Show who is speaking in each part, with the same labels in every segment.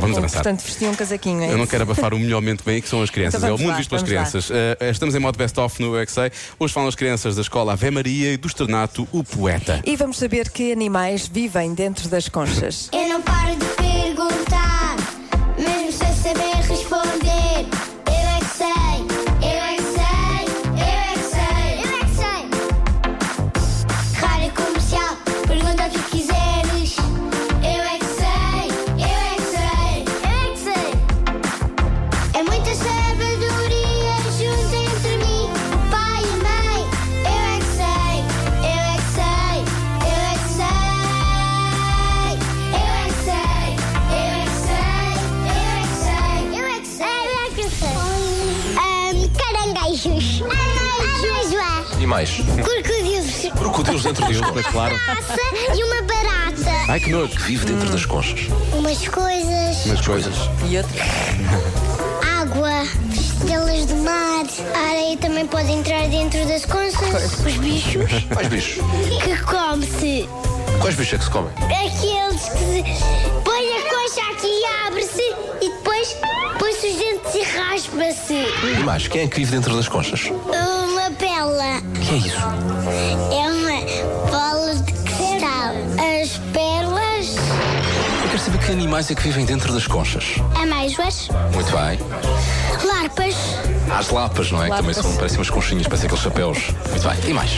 Speaker 1: vamos avançar.
Speaker 2: Portanto, vestiam um casaquinho, é
Speaker 1: Eu não
Speaker 2: isso?
Speaker 1: quero abafar o melhor momento que vem, que são as crianças.
Speaker 2: Então
Speaker 1: é o
Speaker 2: vamos
Speaker 1: mundo
Speaker 2: lá,
Speaker 1: visto pelas
Speaker 2: vamos lá.
Speaker 1: crianças. Eh, estamos em modo best-of no UXA. Hoje falam as crianças da escola Ave Maria e do externato O Poeta.
Speaker 2: E vamos saber que animais vivem dentro das conchas.
Speaker 3: Eu não paro de perguntar, mesmo sem saber responder. Eu é que sei, eu é que sei, eu é que sei, eu é que sei. Rádio comercial, pergunta o que quiseres. Eu é que sei, eu é que sei, eu é que sei. É muita sabedoria junto entre mim, o pai e a mãe. Eu é que sei, eu é que sei, eu é que sei. Eu é que sei, eu é que sei, eu é que sei, eu é que sei. Eu é que sei. caranguejos. Ameijoa.
Speaker 4: E mais?
Speaker 3: Crocodilos.
Speaker 4: Crocodilos dentro de
Speaker 1: Mas
Speaker 4: uma
Speaker 1: claro.
Speaker 3: e uma barata.
Speaker 1: Ai que nojo.
Speaker 4: que vive dentro das conchas.
Speaker 3: Umas coisas.
Speaker 1: Mas coisas.
Speaker 2: E outro?
Speaker 3: Água, estrelas do mar, a areia também pode entrar dentro das conchas, os bichos
Speaker 4: Quais bichos?
Speaker 3: que come-se,
Speaker 4: Quais bichos é que se comem?
Speaker 3: aqueles que se põe a concha aqui e abre-se e depois põe-se os dentes e raspa-se.
Speaker 4: E mais? Quem é que vive dentro das conchas? O
Speaker 3: Uma pela
Speaker 4: que é isso?
Speaker 3: é uma bola de cristal. As pérolas,
Speaker 4: Eu quero saber que animais é que vivem dentro das conchas.
Speaker 3: amêijoas,
Speaker 4: Muito bem.
Speaker 3: larpas,
Speaker 4: Há as lapas, não é? Que também são, parecem umas conchinhas, parecem aqueles chapéus. Muito bem. E mais?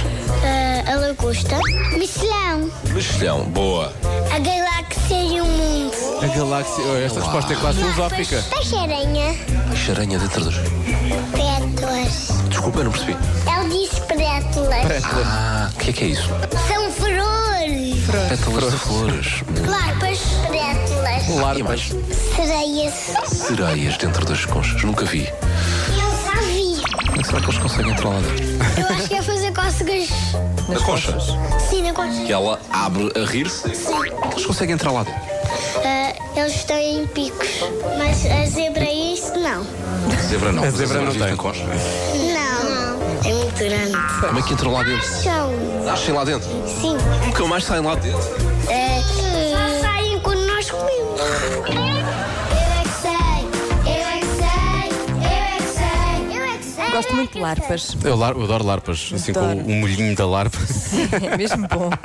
Speaker 3: eh, a lagosta, mexilhão,
Speaker 4: Mexilhão. Boa.
Speaker 3: a galáxia e o mundo.
Speaker 1: A galáxia. oh, Esta resposta é quase filosófica.
Speaker 3: Peixe-aranha.
Speaker 4: Aranha dentro das...
Speaker 3: Pétalas.
Speaker 4: Desculpa, eu não percebi.
Speaker 3: Ele disse pétalas.
Speaker 4: Ah, o que é que é isso?
Speaker 3: São flores.
Speaker 4: Pétalas de flores.
Speaker 3: Larpas. Pétalas.
Speaker 4: E mais?
Speaker 3: Sereias.
Speaker 4: Sereias dentro das conchas. Nunca vi.
Speaker 3: Eu já vi.
Speaker 4: Como é que será que eles conseguem entrar lá dentro?
Speaker 3: Eu acho que é fazer cócegas.
Speaker 4: Nas conchas.
Speaker 3: Sim, na
Speaker 4: Que
Speaker 3: concha.
Speaker 4: ela abre a rir-se. Eles conseguem entrar lá dentro.
Speaker 3: Ah, eles têm picos. Mas a zebra é isso? Não.
Speaker 4: Zebra não.
Speaker 1: A zebra não
Speaker 4: As zebras
Speaker 1: tem.
Speaker 4: concha.
Speaker 3: Não. É muito grande.
Speaker 4: Como é que entram lá dentro?
Speaker 3: São.
Speaker 4: Nascem lá dentro.
Speaker 3: Sim. É, eh,
Speaker 4: Nunca mais saem lá de dentro.
Speaker 3: Só saem quando nós comemos. Eu é que sei. Eu é que sei. Eu é que sei. Eu é que sei.
Speaker 2: Gosto muito de
Speaker 3: larpas.
Speaker 2: larpas.
Speaker 1: Eu, lar- eu adoro larpas, assim
Speaker 2: Adoro.
Speaker 1: com o molhinho da larpa.
Speaker 2: É mesmo bom.